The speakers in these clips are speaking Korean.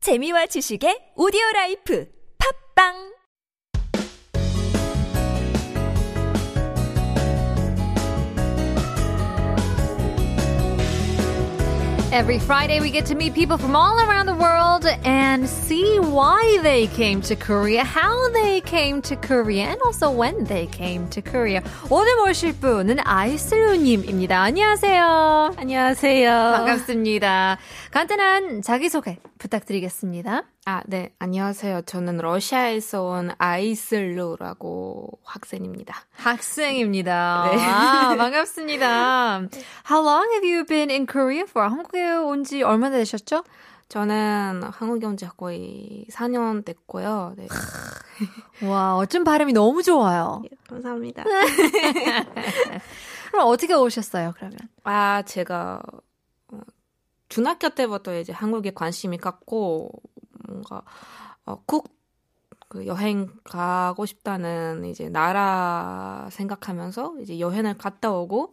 재미와 지식의 오디오 라이프 팝빵 Every Friday, we get to meet people from all around the world and see why they came to Korea, how they came to Korea, and also when they came to Korea. 오늘 모실 분은 아이슬루님입니다. 안녕하세요. 안녕하세요. 반갑습니다. 간단한 자기소개 부탁드리겠습니다. 아, 네. 안녕하세요. 저는 러시아에서 온 아이슬루라고 학생입니다. 학생입니다. 아, 반갑습니다. How long have you been in Korea for? 한국에 온 지 얼마나 되셨죠? 저는 한국에 온 지 거의 4년 됐고요. 네. 와, 어쩜 발음이 너무 좋아요. 감사합니다. 그럼 어떻게 오셨어요, 그러면? 아, 제가 어, 중학교 때부터 이제 한국에 관심이 갔고 뭔가 어, 꼭 그 여행 가고 싶다는 이제 나라 생각하면서 이제 여행을 갔다 오고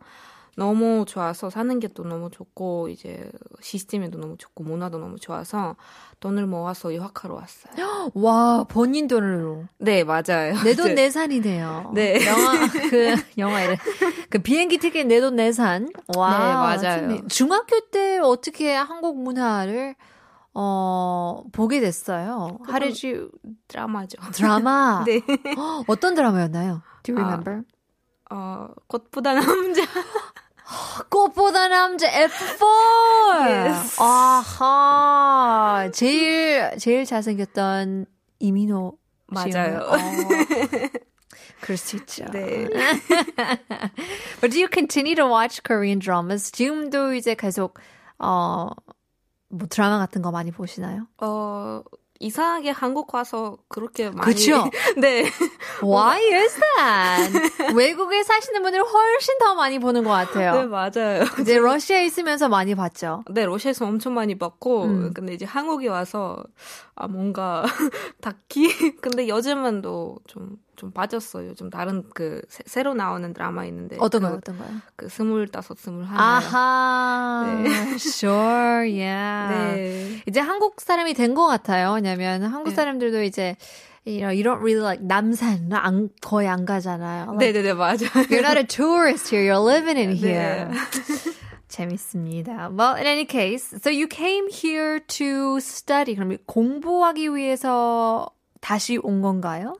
너무 좋아서 사는 게 또 너무 좋고 이제 시스템도 너무 좋고 문화도 너무 좋아서 돈을 모아서 유학하러 왔어요. 와, 본인 돈으로. 네, 맞아요. 내 돈 내산이네요. 네. 영화, 그, 영화 이래. 그 비행기 티켓 내 돈 내산. 와. 네, 맞아요. 선생님, 중학교 때 어떻게 한국 문화를, 어, 보게 됐어요? 하루지 드라마죠. 드라마. 네. 어, 어떤 드라마였나요? Do you 아, remember? 어, 꽃보다 남자. 꽃보다 남자 F4! Yes. 아하. 제일, 제일 잘생겼던 이민호. 맞아요. 씨였나요? 어. 그럴 수 있죠. 네. But do you continue to watch Korean dramas? 지금도 이제 계속, 어, 뭐 드라마 같은 거 많이 보시나요? 어, 이상하게 한국 와서 그렇게 많이. 그쵸? 네. Why is that? 외국에 사시는 분들은 훨씬 더 많이 보는 것 네, 같아요. 맞아요. 이제 러시아에 있으면서 많이 봤죠. 네, 러시아에서 엄청 많이 봤고, 음. 근데 이제 한국에 와서, 아, 뭔가, 다키? 근데 요즘은 또 좀, 좀 빠졌어요. 요즘 다른 그, 새- 새로 나오는 드라마 있는데. 어떤 그, 거요? 어떤 거요? 그, 스물다섯, 스물하나. 아하. 아, 네. Sure, yeah. 네. 이제 한국 사람이 된 것 같아요. 왜냐면 한국 네. 사람들도 이제 you know, you don't really like 남산 안, 거의 안 가잖아요. Like, 네네네, 맞아요. You're not a tourist here. You're living in here. 네. 재밌습니다. Well, in any case, so you came here to study. 그럼 공부하기 위해서 다시 온 건가요?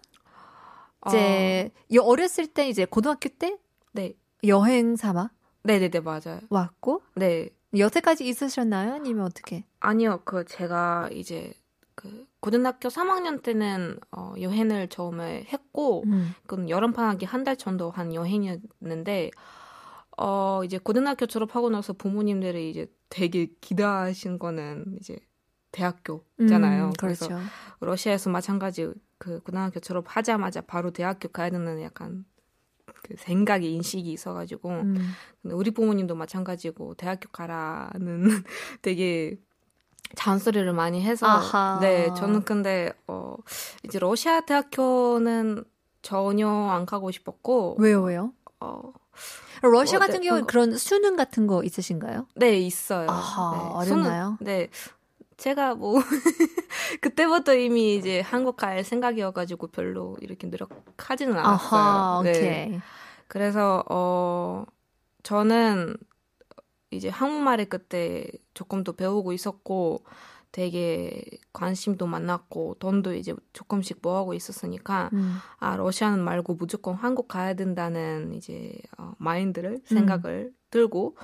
이제 여- 어렸을 때 이제 고등학교 때 어, 네. 여행 삼아 네네네, 맞아요. 왔고 네. 여태까지 있으셨나요? 아니면 어떻게? 아니요, 그 제가 이제 그 고등학교 3학년 때는 어, 여행을 처음에 했고, 음. 그건 여름 방학이 한 달 정도 한 여행이었는데, 어 이제 고등학교 졸업하고 나서 부모님들이 이제 되게 기대하신 거는 이제 대학교잖아요. 음, 그래서 그렇죠. 러시아에서 마찬가지 그 고등학교 졸업하자마자 바로 대학교 가야 되는 약간 그 생각이 인식이 있어가지고 음. 근데 우리 부모님도 마찬가지고 대학교 가라는 되게 잔소리를 많이 해서 아하. 네 저는 근데 어 이제 러시아 대학교는 전혀 안 가고 싶었고 왜요, 왜요? 어, 러시아 뭐, 같은 네, 경우는 그런 거. 그런 수능 같은 거 있으신가요? 네 있어요. 아하, 네, 수능- 어렵나요? 네 제가 뭐 그때부터 이미 이제 한국 갈 생각이어가지고 별로 이렇게 노력하지는 않았어요. 아하, 네. 오케이. 그래서 어 저는 이제 한국말을 그때 조금 더 배우고 있었고 되게 관심도 많았고 돈도 이제 조금씩 모아고 있었으니까 음. 아 러시아는 말고 무조건 한국 가야 된다는 이제 어, 마인드를 생각을 들고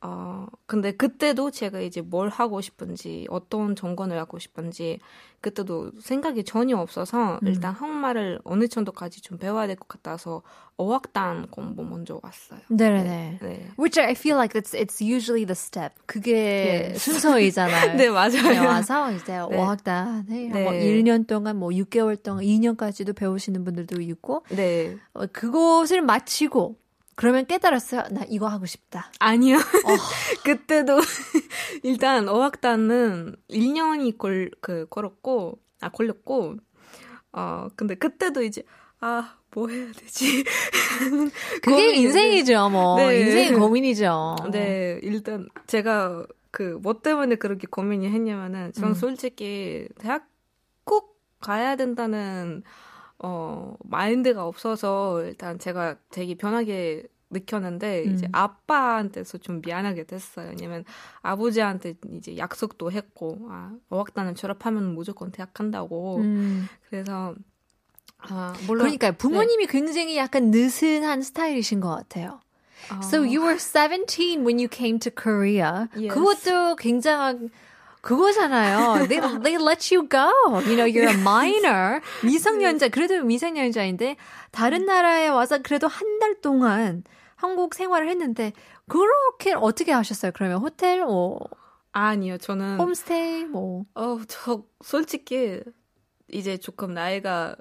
어 근데 그때도 제가 이제 뭘 하고 싶은지 어떤 정권을 하고 싶은지 그때도 생각이 전혀 없어서 음. 일단 한국말을 어느 정도까지 좀 배워야 될 것 같아서 어학단 공부 먼저 왔어요. 네네네. 네. Which I feel like it's it's usually the step. 그게 Yes. 순서이잖아요. 예. 네 맞아요. 와서 이제 어학단에 네. 뭐 1년 동안 뭐 6개월 동안 2년까지도 배우시는 분들도 있고 네 어, 그곳을 마치고 그러면 깨달았어요. 나 이거 하고 싶다. 아니요 어, 그때도 일단 어학단은 1년이 걸, 그, 걸었고, 아, 걸렸고, 어, 근데 그때도 이제, 아, 뭐 해야 되지? 그게 고민이- 인생이죠, 뭐. 네. 어. 인생의 고민이죠. 네, 일단 네, 제가 그 뭐 때문에 그렇게 고민이 했냐면은 저는 음. 솔직히 대학 꼭 가야 된다는 어 마인드가 없어서 일단 제가 되게 변하게 느꼈는데 이제 음. 아빠한테서 좀 미안하게 됐어요. 왜냐면 아버지한테 이제 약속도 했고 아 어학단을 졸업하면 무조건 대학 간다고 음. 그래서 아 물론 그러니까 부모님이 네. 굉장히 약간 느슨한 스타일이신 것 같아요. 아, So you were 17 when you came to Korea. Yes. 그것도 굉장한 그거잖아요. They they let you go. You know, you're a minor. 미성년자. 그래도 미성년자인데 음. 다른 나라에 와서 그래도 한 달 동안 한국 생활을 했는데 그렇게 어떻게 하셨어요? 그러면 호텔 뭐 아니요 저는 홈스테이 뭐 어, 저 솔직히 이제 조금 나이가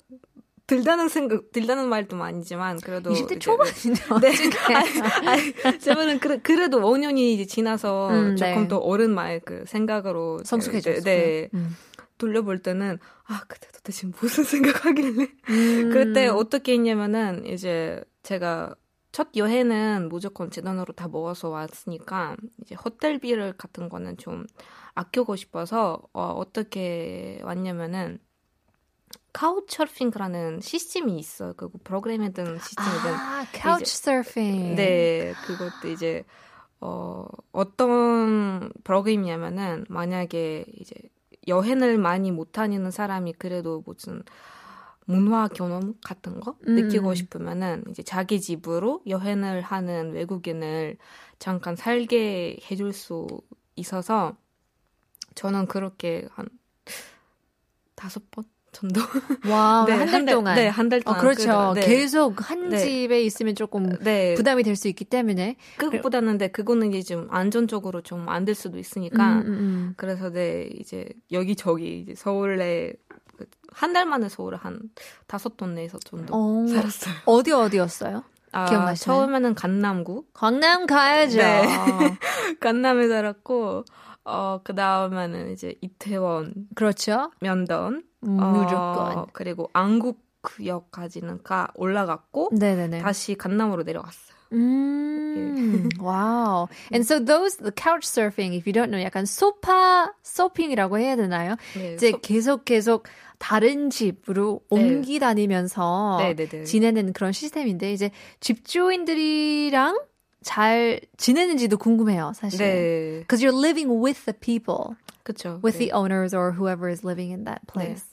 들다는 생각, 들다는 말도 아니지만 그래도 20대 이제- 초반이죠. 네. 어떻게. 아니, 제 말은 그래, 그래도 5년이 이제 지나서 음, 조금 네. 더 어른 말 그 생각으로 이제- 성숙해졌어요. 네, 음. 돌려볼 때는 아 그때 도대체 무슨 생각하길래 그때 음. 어떻게 했냐면은 이제 제가 첫 여행은 무조건 제 돈으로 다 모아서 왔으니까 이제 호텔비를 같은 거는 좀 아끼고 싶어서 어, 어떻게 왔냐면은 카우처핑이라는 시스템이 있어요. 그 프로그램이든 시스템이든 아, couch surfing. 네, 그것도 이제 어 어떤 프로그램이냐면은 만약에 이제 여행을 많이 못 다니는 사람이 그래도 무슨 문화 경험 같은 거 음. 느끼고 싶으면은 이제 자기 집으로 여행을 하는 외국인을 잠깐 살게 해줄 수 있어서 저는 그렇게 한 다섯 번 정도 와, 네, 아, 한 달 동안. 네한 달 어, 동안 그렇죠. 그- 네, 계속 한 네. 집에 있으면 조금 네 부담이 될 수 있기 때문에. 그것보다는 근데 그거는 이제 좀 안전적으로 좀 안 될 수도 있으니까 음, 음, 음. 그래서 네 이제 여기저기 이제 서울에 그 한 달 만에 서울에 한 다섯 동네에서 정도 어, 살았어요. 어디 어디였어요? 아, 기억나시나요? 처음에는 강남구 강남 가야죠. 네. 강남에 살았고 어 그다음에는 이제 이태원 그렇죠. 면던 음, 어, 무조건. 그리고 안국역까지는 가 올라갔고 네네네. 다시 예. 강남으로 내려갔어요. 음, wow. And so those the couch surfing, if you don't know, 약간 소파 서핑이라고 해야 되나요? 네, 이제 소- 계속 계속 다른 집으로 네. 옮기 다니면서 네, 네, 네. 어, 지내는 그런 시스템인데 이제 집주인들이랑 잘 지내는지도 궁금해요, 사실. 네, Because you're living with the people, 그렇죠. with the owners or whoever is living in 네. that place.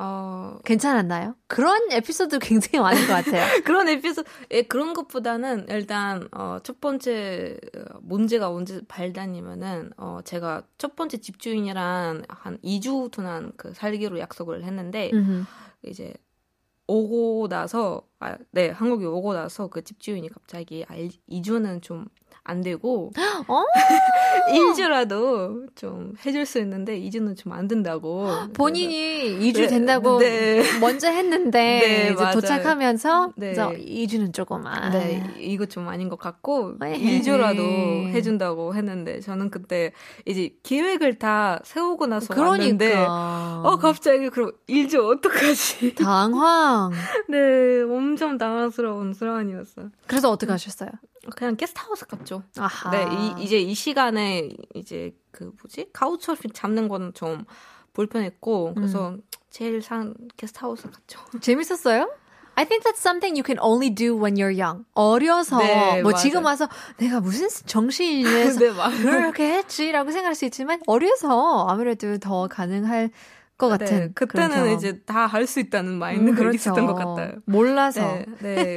어, 괜찮았나요? 그런 에피소드 굉장히 많은 것 같아요. 그런 에피소드 예, 그런 것보다는 일단 어, 첫 번째 어, 문제가 언제 발단이면은 어, 제가 첫 번째 집주인이랑 한 2주 동안 그 살기로 약속을 했는데 음흠. 이제 오고 나서 아, 네 한국에 오고 나서 그 집주인이 갑자기 아, 2주는 좀 안 되고 어? 1주라도 좀 해줄 수 있는데 2주는 좀 안 된다고 본인이 그래서- 2주 된다고 네. 먼저 했는데 네, 이제 맞아요. 도착하면서 네. 그래서 2주는 조금 아. 네, 이- 이거 좀 아닌 것 같고 에이. 2주라도 해준다고 했는데 저는 그때 이제 계획을 다 세우고 나서 왔는데 그러니까 어 갑자기 그럼 1주 어떡하지? 당황. 네, 엄청 당황스러운 상황이었어요. 그래서 어떻게 하셨어요? 그냥 게스트하우스 갔죠. 아하. 네, 이, 이제 이 시간에 이제 그 뭐지 카우처핑 잡는 건 좀 불편했고 그래서 제일 상 게스트하우스 갔죠. 재밌었어요? I think that's something you can only do when you're young. 어려서 네, 뭐 맞아요. 지금 와서 내가 무슨 정신이래서 네, 맞아요. 그렇게 했지라고 생각할 수 있지만 어려서 아무래도 더 가능할 것 같은 네, 그런 경험. 그때는 이제 다 할 수 있다는 음, 마인드가 그렇죠. 있었던 것 같아요. 몰라서 네, 네.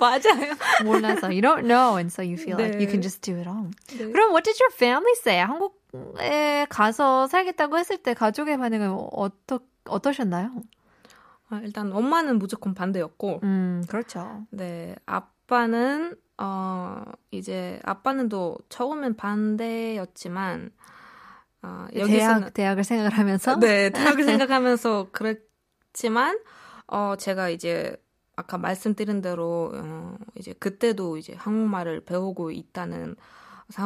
맞아요. 몰라서 you don't know and so you feel like 네. you can just do it all. 네. 그럼 what did your family say? 한국에 가서 살겠다고 했을 때 가족의 반응은 어떠 어떠셨나요? 아, 일단 엄마는 무조건 반대였고, 음 그렇죠. 네 아빠는 어 이제 아빠는 또 처음엔 반대였지만 아 여기서는 대학 대학을 생각을 하면서 네 대학을 생각하면서 그랬지만 어 제가 이제 아까 말씀드린 대로 어 이제 그때도 이제 한국말을 배우고 있다는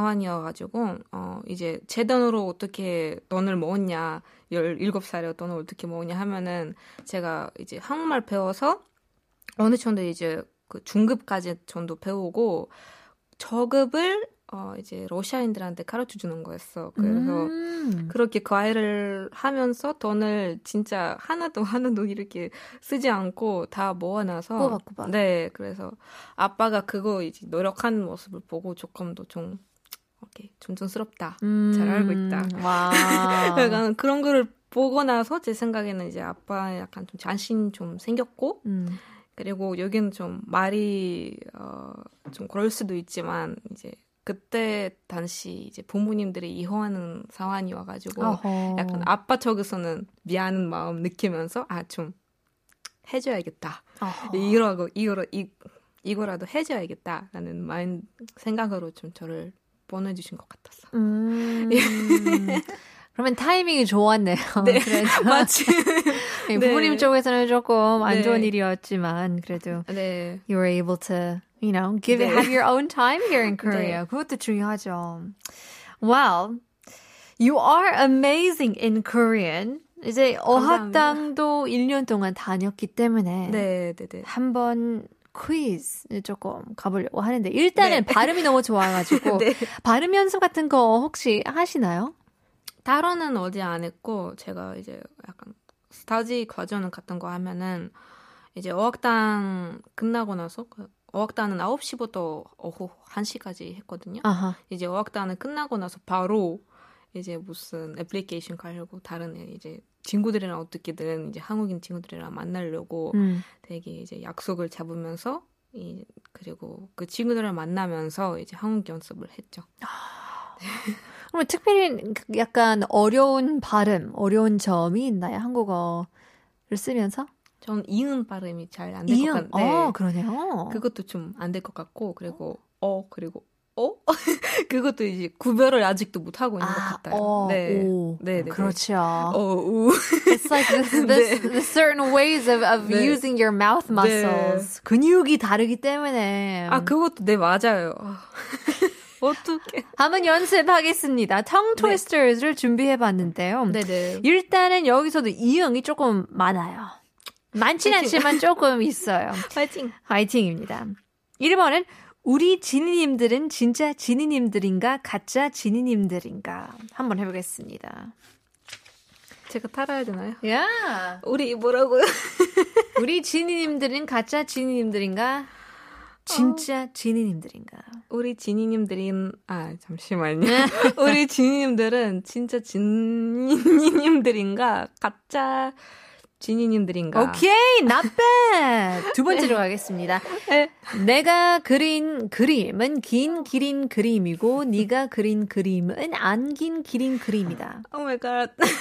상황이어가지고 어 이제 재단으로 어떻게 돈을 모았냐 17살에 돈을 어떻게 모으냐 하면은 제가 이제 한국말 배워서 어느 정도 이제 그 중급까지 정도 배우고 저급을 어, 이제 러시아인들한테 가르쳐 주는 거였어. 그래서 음. 그렇게 과외를 하면서 돈을 진짜 하나도 하나도 이렇게 쓰지 않고 다 모아놔서 꼬박꼬박. 네 그래서 아빠가 그거 이제 노력하는 모습을 보고 조금도 좀 이렇게 존중스럽다 잘 알고 있다. 음. 와. 아. 약간 그런 거를 보고 나서 제 생각에는 이제 아빠 약간 좀 자신 좀 생겼고 음. 그리고 여기는 좀 말이 어, 좀 그럴 수도 있지만 이제 그때 당시 이제 부모님들이 이혼하는 상황이 와가지고 어허. 뭐 약간 아빠 쪽에서는 미안한 마음 느끼면서 아 좀 해줘야겠다 어허. 이거라고 이거라 이 이거라도 해줘야겠다라는 마인 생각으로 좀 저를 보내주신 것 같았어. 음. 그러면 타이밍이 좋았네요. 그래도 맞지. 예, 네. 부모님 쪽에서는 조금 안 네. 좋은 일이었지만 그래도 네. you were able to, you know, give it, 네. have your own time here in Korea. 네. 그것도 중요하죠. Well, you are amazing in Korean. 이제 감사합니다. 어학당도 1년 동안 다녔기 때문에 네, 네, 네. 한번 퀴즈 조금 가보려고 하는데 일단은 발음이 너무 좋아가지고 네. 발음 연습 같은 거 혹시 하시나요? 따로는 어디 안 했고 제가 이제 약간 스타지 과정 같은 거 하면은 이제 어학당 끝나고 나서 그 어학당은 9시부터 오후 1시까지 했거든요. 아하. 이제 어학단은 끝나고 나서 바로 이제 무슨 애플리케이션 가려고 다른 이제 친구들이랑 어떻게든 이제 한국인 친구들이랑 만나려고 음. 되게 이제 약속을 잡으면서 이 그리고 그 친구들을 만나면서 이제 한국 연습을 했죠. 그럼 특별히 약간 어려운 발음, 어려운 점이 있나요? 한국어를 쓰면서? 전 이응 발음이 잘 안 될 것 이응. 같은데 어, 그러네요. 네, 그것도 좀 안 될 것 같고 그리고 어 그리고 어 그것도 이제 구별을 아직도 못 하고 있는 것 같아요. 어, 네. 오. 네, 네, 네. 그렇죠. 어, 우. It's like this, this, the certain ways of, of 네. using your mouth muscles. 근육이 다르기 때문에. 아 그것도 네 맞아요. 어떻게? 한번 연습하겠습니다. tongue twisters를 준비해봤는데요. 네. 네네. 일단은 여기서도 이응이 조금 많아요. 많진 화이팅. 않지만 조금 있어요. 파이팅. 화이팅입니다. 1번은 우리 지니님들은 진짜 지니님들인가 가짜 지니님들인가 한번 해보겠습니다. 제가 따라야 되나요? 야, 우리 뭐라고요? 우리 지니님들은 가짜 지니님들인가 어. 진짜 지니님들인가? 우리 지니님들인 아 잠시만요. 우리 지니님들은 진짜 지니님들인가 가짜 지니님들인가? 오케이, not bad. 두 번째로 가겠습니다. 네. 내가 그린 그림은 긴 기린 그림이고 네가 그린 그림은 안 긴 기린 그림이다. 오 마이 갓. Oh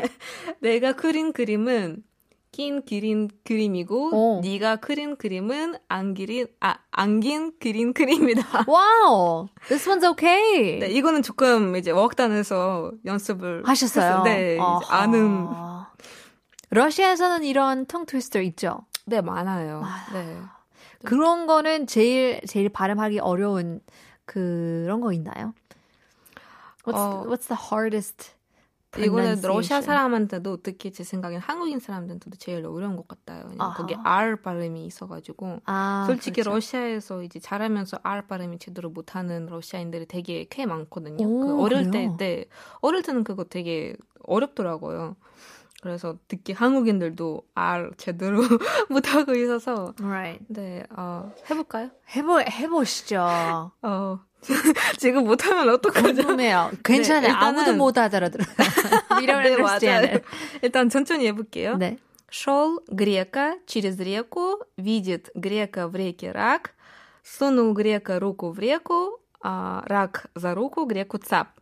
내가 그린 그림은 긴 그린 그림이고 어. 네가 그린 그림은 안 그린 아안긴 그린 그림이다. 와우, this one's okay. 네, 이거는 조금 이제 워크단에서 연습을 하셨어요. 했어요. 네, 이제 아하. 아는 러시아에서는 이런 텅 트위스터 있죠. 네 많아요. 많아. 네. 그런 거는 제일 제일 발음하기 어려운 그런 거 있나요? What's, 어. what's the hardest? 이거는 pronunciation? 러시아 사람한테도 특히 제 생각엔 한국인 사람들한테도 제일 어려운 것 같아요. 왜냐면 아하. 거기 R 발음이 있어가지고 아, 솔직히 그렇죠. 러시아에서 이제 자라면서 R 발음이 제대로 못하는 러시아인들이 되게 꽤 많거든요. 오, 그 어릴 때, 그래요? 때 어릴 때는 그거 되게 어렵더라고요. 그래서 특히 한국인들도 R 제대로 못하고 있어서 Right. 네 어, 해볼까요? 해보 해보시죠. 어 지금 못하면 어떡하죠? 궁금해요. 네. 괜찮아요. 일단은- 아무도 못 알아들어요. We don't 네, understand 맞아요. it. 일단 천천히 해볼게요. 네. Шел грека через реку, видит грека в реке рак, сунул грека руку в реку, а рак за руку греку цап.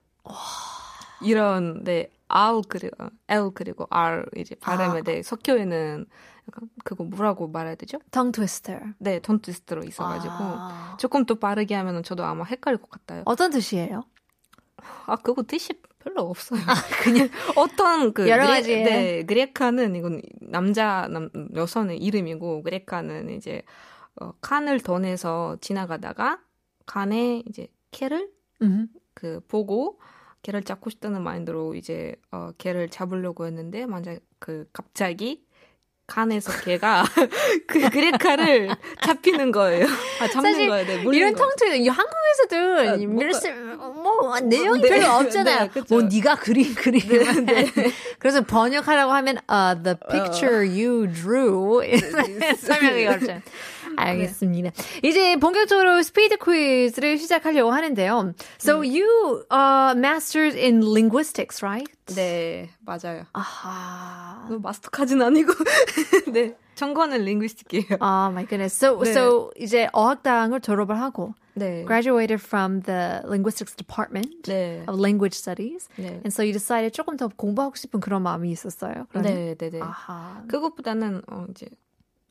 이런 네, R 그리고 L 그리고 R 이제 발음에 아. 대해 섞여 있는 약간 그거 뭐라고 말해야 되죠? tongue twister. 네, 톤트스트로 있어가지고 아. 조금 더 빠르게 하면은 저도 아마 헷갈릴 것 같아요. 어떤 뜻이에요? 아 그거 뜻이 별로 없어요. 그냥 어떤 그 아, 여러 그레- 가지의. 네, 그레카는 이건 남자 남 여성의 이름이고 그레카는 이제 어, 칸을 더 내서 지나가다가 칸에 이제 캐를 음. 그 보고 개를 잡고 싶다는 마인드로 이제 어, 개를 잡으려고 했는데 만약 그 갑자기 칸에서 걔가 그 그레카를 잡히는 거예요. 아, 잡는 사실 거예요. 네, 물리는 이런 거예요. 통틀 아, 한국에서도 뭔가- 밀스 뭐 내용이 네, 별로 없잖아요. 네, 그쵸. 뭐 네가 네. 그린 그림. 그래서 번역하라고 하면 uh, the picture you drew 설명이 어렵죠. 네. 알겠습니다. 이제 본격적으로 스피드 퀴즈를 시작하려고 하는데요. So you uh, mastered in linguistics, right? 네, 맞아요. 아하. 마스터까지는 아니고 네 아, 전공은 링구이스틱이에요. Oh my goodness. So 네. so 이제 어학당을 졸업을 하고 네. graduated from the linguistics department. 네. of language studies. 네. And so you decided 조금 더 공부하고 싶은 그런 마음이 있었어요. 그러니? 네, 네, 네. 아하. 그것보다는 어, 이제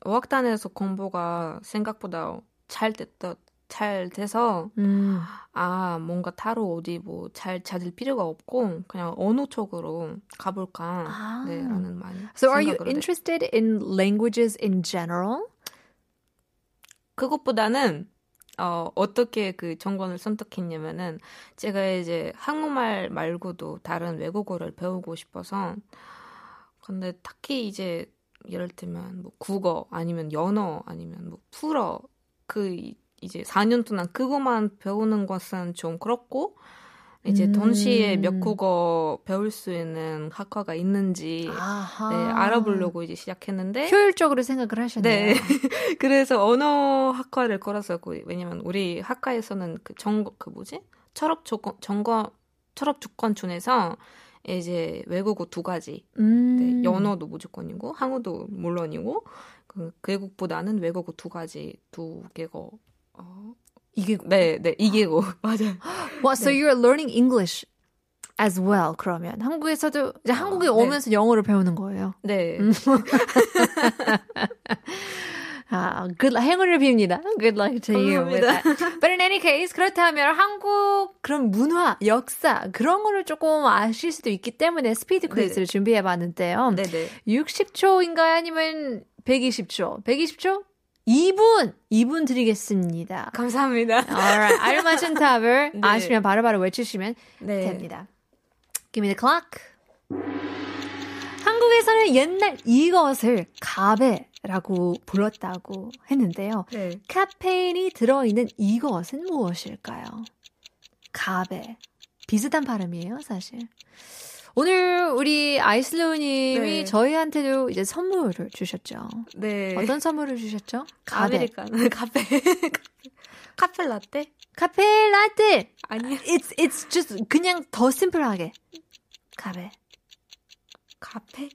어학단에서 공부가 생각보다 잘 됐다 잘 돼서 음. 아 뭔가 따로 어디 뭐 잘 찾을 필요가 없고 그냥 언어 쪽으로 가볼까 아. 네 라는 많이 So are you 생각으로 네. interested in languages in general? 그것보다는 어, 어떻게 그 전공을 선택했냐면은 제가 이제 한국말 말고도 다른 외국어를 배우고 싶어서 근데 딱히 이제 예를 들면 뭐 국어 아니면 연어 아니면 뭐 풀어 그 이- 이제 4년 동안 그것만 배우는 것은 좀 그렇고 이제 음. 동시에 몇 국어 배울 수 있는 학과가 있는지 아하. 네, 알아보려고 이제 시작했는데 효율적으로 생각을 하셨네요. 네. 그래서 언어 학과를 걸었었고 왜냐면 우리 학과에서는 그 정 그 뭐지? 철업 조건 정거 철업 조건 중에서 이제 외국어 두 가지. 네, 음. 연어도 무조건이고 한국도 물론이고 그 외국보다는 외국어 두 가지 두 개고 어, 이게 네, 네, 이개고. 맞아요. Well, so you're learning English as well. 그러면 한국에서도 이제 한국에 네. 오면서 영어를 배우는 거예요. 네. 음. 아, good 행운을 빕니다. Good luck to you. with that. But in any case, 그렇다면 한국 그런 문화, 역사 그런 거를 조금 아실 수도 있기 때문에 스피드 퀴즈를 준비해봤는데요. 네, 네. 60초인가요? 아니면 120초? 120초? 2분! 2분 드리겠습니다. 감사합니다. Alright. 알맞은 답을 네. 아시면 바로바로 외치시면 네. 됩니다. Give me the clock. 한국에서는 옛날 이것을 가베라고 불렀다고 했는데요. 네. 카페인이 들어있는 이것은 무엇일까요? 가베. 비슷한 발음이에요, 사실. 오늘 우리 아이슬로우님이 네. 저희한테도 이제 선물을 주셨죠. 네. 어떤 선물을 주셨죠? 가베. 아메리카노 카페. 카페 라떼? 카페 라떼. 아니요. It's it's just 그냥 더 심플하게. 가베. 카페?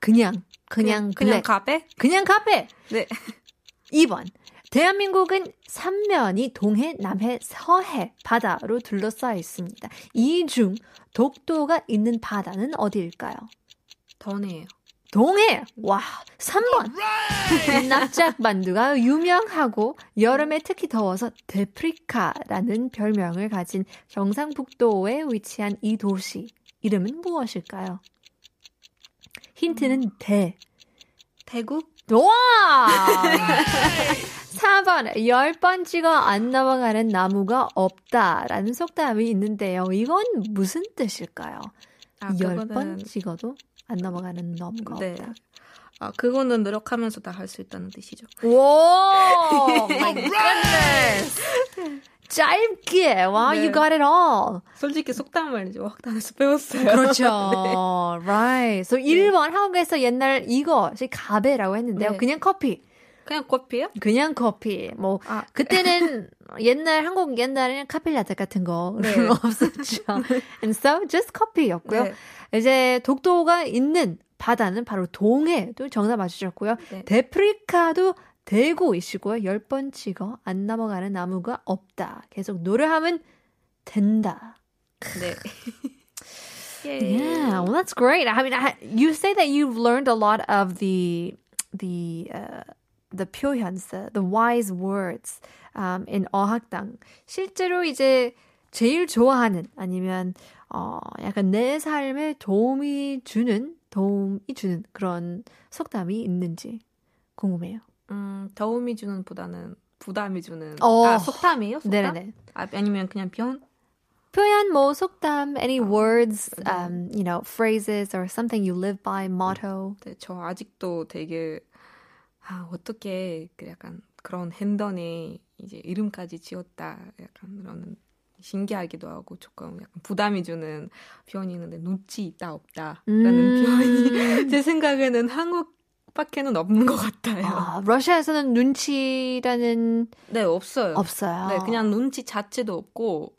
그냥 그냥 그냥 블랙. 카페? 그냥 카페. 네. 2번. 대한민국은 삼면이 동해, 남해, 서해 바다로 둘러싸여 있습니다. 이 중 독도가 있는 바다는 어디일까요? 던이에요. 동해. 와, 3번. 납작반두가 유명하고 여름에 특히 더워서 데프리카라는 별명을 가진 경상북도에 위치한 이 도시 이름은 무엇일까요? 힌트는 대. 대구? 와! 4번, 네. 열 번 찍어 안 넘어가는 나무가 없다라는 속담이 있는데요. 이건 무슨 뜻일까요? 열 번 찍어도 안 넘어가는 나무가 아, 네. 없다. 아, 그거는 노력하면서 다 할 수 있다는 뜻이죠. 와! My goodness! 짧게, wow, 네. you got it all. 솔직히 속담을 이제 학당에서 배웠어요. 그렇죠. Right. So 1번, 한국에서 옛날 이것이 가베라고 했는데요. 네. 그냥 커피. 그냥 커피요? 그냥 커피. 뭐, 아, 그때는 옛날 한국 옛날에는 카필라떼 같은 거 네. 없었죠. And so just 커피였고요. 네. 이제 독도가 있는 바다는 바로 동해도 정답 맞으셨고요. 네. 데프리카도 대구이시고요. 열 번 찍어 안 넘어가는 나무가 없다. 계속 노래하면 된다. 네. 예. Yeah, well, that's great. I mean, I, you say that you've learned a lot of the the uh, the 표현s, the, the wise words um, in 어학당. 실제로 이제 제일 좋아하는 아니면 어 약간 내 삶에 도움이 주는 도움이 주는 그런 속담이 있는지 궁금해요. 음, 더움이 주는 보다는 부담이 주는. 어. 아, 속담이에요? 속담? 네네네. 아, 아니면 그냥 변? 표현 뭐 속담, any words, um, you know, phrases or something you live by, motto. 근데 네, 저 아직도 되게 아 어떻게 그 약간 그런 핸던에 이제 이름까지 지었다 약간 그런 신기하기도 하고 조금 약간 부담이 주는 표현이 있는데 눈치 있다 없다라는 음. 표현이 제 생각에는 한국밖에는 없는 것 같아요. 아, 러시아에서는 눈치라는 네 없어요. 없어요. 네 그냥 눈치 자체도 없고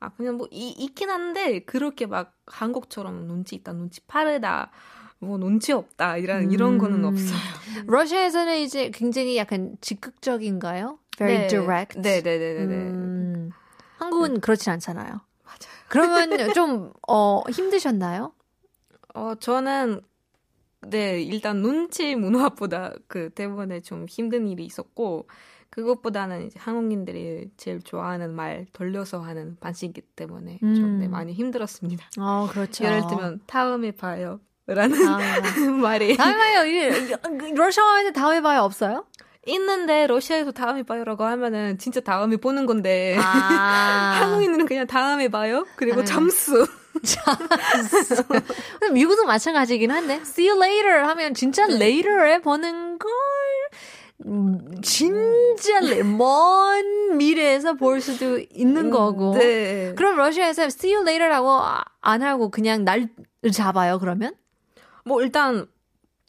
아 그냥 뭐 이- 있긴 한데 그렇게 막 한국처럼 눈치 있다 눈치 빠르다 뭐 눈치 없다 이런 이런 거는 음. 없어요. 러시아에서는 이제 굉장히 약간 즉극적인가요? Very 네. direct. 네네네네네. 네. 음, 한국은 그렇진 않잖아요. 맞아요. 그러면 좀, 어, 힘드셨나요? 어 저는 네 일단 눈치 문화보다 그 대부분에 좀 힘든 일이 있었고 그것보다는 이제 한국인들이 제일 좋아하는 말 돌려서 하는 반식이기 때문에 좀 음. 네, 많이 힘들었습니다. 어, 그렇죠. 예를 들면 다음에 봐요라는 아, 말이 다음에요. 러시아에는 다음에 봐요 없어요? 있는데 러시아에서 다음에 봐요라고 하면은 진짜 다음에 보는 건데 아. 한국인들은 그냥 다음에 봐요 다음에. 그리고 잠수 근데 미국도 마찬가지긴 한데 see you later 하면 진짜 네. later에 보는 걸 음, 진짜 레- 먼 미래에서 볼 수도 있는 거고. 음. 네. 그럼 러시아에서 see you later라고 아- 안 하고 그냥 날 잡아요 그러면? 뭐 일단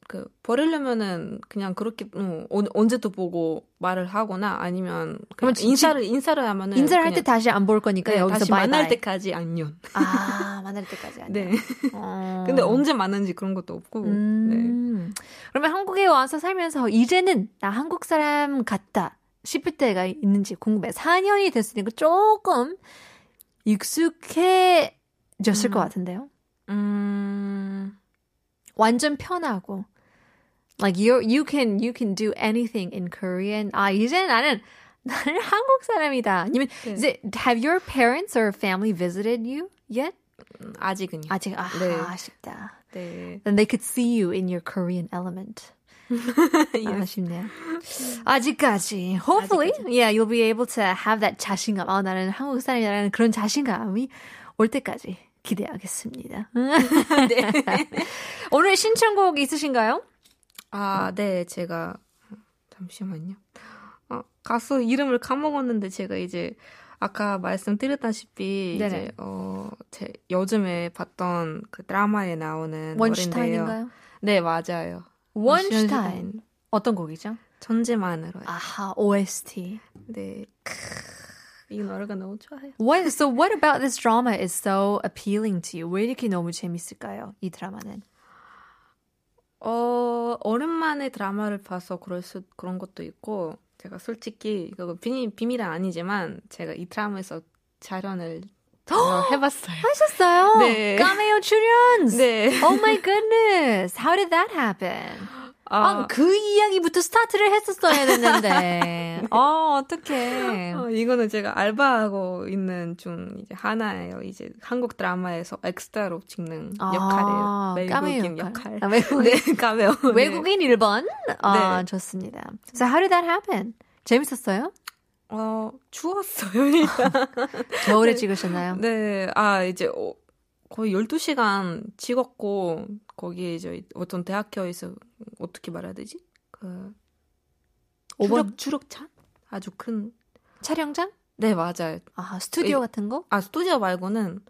그 버리려면은 그냥 그렇게 음, 언- 언제 또 보고 말을 하거나 아니면 그냥 그럼 지- 인사를 인사를 하면은 인사를 할 때 네, 그냥, 다시 안 볼 거니까 네, 여기서 다시 bye 만날 bye. 때까지 안녕. 아 만날 때까지 안 네. 돼요. 어. 근데 언제 만난지 그런 것도 없고. 네. 음. 그러면 한국에 와서 살면서 이제는 나 한국 사람 같다 싶을 때가 있는지 궁금해. 4년이 됐으니까 조금 익숙해졌을 음. 것 같은데요. 음. 완전 편하고. Like you you can you can do anything in Korean. 아 이제 나는 나는 한국 사람이다. 아니면 네. is it, have your parents or family visited you yet? 음, 아직은요. 아직 아, 네. 아쉽다. 네. Then they could see you in your Korean element. 아쉽네요. 음. 아직까지. Hopefully, yeah, you'll be able to have that 자신감. 아, 나는 한국 사람이라는 그런 자신감이 올 때까지 기대하겠습니다. 네. 오늘 신청곡 있으신가요? 아, 네. 제가 잠시만요. 아, 가수 이름을 까먹었는데 제가 이제 아까 말씀드렸다시피 네네. 이제 어, 제 요즘에 봤던 그 드라마에 나오는 노래인데요. 원슈타인인가요? 네, 맞아요. 음, 원슈타인. 어떤 곡이죠? 천지만으로. 요 아하, OST. 네. 크, 이 노래가 너무 좋아요. What, so what about this drama is so appealing to you? 왜 이렇게 너무 재밌을까요? 이 드라마는. 어, 오랜만에 드라마를 봐서 그럴 수, 그런 것도 있고, 제가 솔직히, 이거 비밀, 비밀은 아니지만, 제가 이 드라마에서 자련을 정말 해봤어요. 하셨어요? 네. 까메오 출연! 네. Oh my goodness. How did that happen? 아, 아, 그 이야기부터 스타트를 했었어야 됐는데. 어, 어떡해. 어, 이거는 제가 알바하고 있는 좀 이제 하나예요. 이제 한국 드라마에서 엑스트라로 찍는 아, 역할이에요. 까메오 외국인 역할. 역할. 아, 외국인. 네, 까메오. 네. 외국인 1번. 아, 네. 좋습니다. So how did that happen? 재밌었어요? 어, 추웠어요, 일단. 겨울에 찍으셨나요? 네, 아, 이제 어, 거의 12시간 찍었고, 거기에 이제 어떤 대학교에서 어떻게 말해야 되지? 그, 오번? 추력, 추력찬? 아주 큰. 촬영장? 네, 맞아요. 아, 스튜디오 이- 같은 거? 아, 스튜디오 말고는,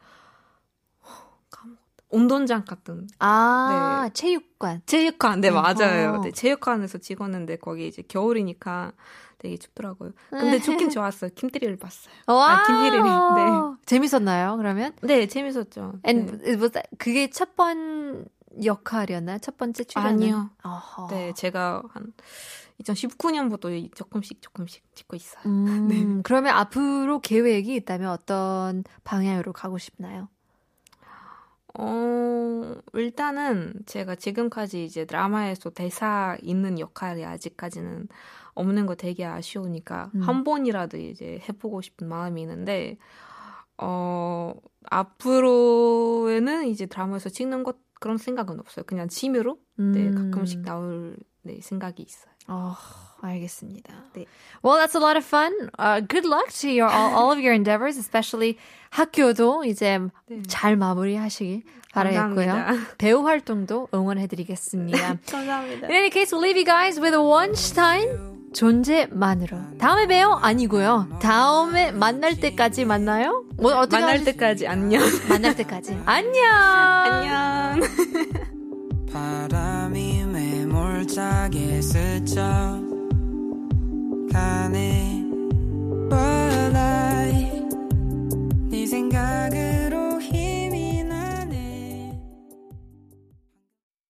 까먹었다. 운동장 같은. 아, 체육관. 체육관, 네, 맞아요. 어허. 네, 체육관에서 찍었는데, 거기 이제 겨울이니까 되게 춥더라고요. 근데 좋긴 좋았어요. 김태리를 봤어요. 와. 김혜림이, 네. 재밌었나요, 그러면? 네, 재밌었죠. And 네. it was that- 그게 첫 번 역할이었나요? 첫 번째 출연? 아니요. 어허. 네, 제가 한 2019년부터 조금씩 조금씩 찍고 있어요. 음, 네. 그러면 앞으로 계획이 있다면 어떤 방향으로 가고 싶나요? 어, 일단은 제가 지금까지 이제 드라마에서 대사 있는 역할이 아직까지는 없는 거 되게 아쉬우니까 음. 한 번이라도 이제 해보고 싶은 마음이 있는데, 어, 앞으로에는 이제 드라마에서 찍는 것 그런 생각은 없어요. 그냥 취미로 네, 음. 가끔씩 나올 네, 생각이 있어요. 어, 알겠습니다. 네. Well, that's a lot of fun. Uh, good luck to your all, all of your endeavors, especially 학교도 이제 잘 마무리하시길 바라겠고요. 네. 감사합니다. 배우 활동도 응원해드리겠습니다. 감사합니다. In any case, we'll leave you guys with lunch time. 존재만으로. 다음에 봬요? 아니고요. 다음에 만날 때까지 만나요? 뭐, 어떻게 만날 하실- 때까지 안녕. 만날 때까지. 안녕! 안녕. 바람이 매몰차게 스쳐 가네 네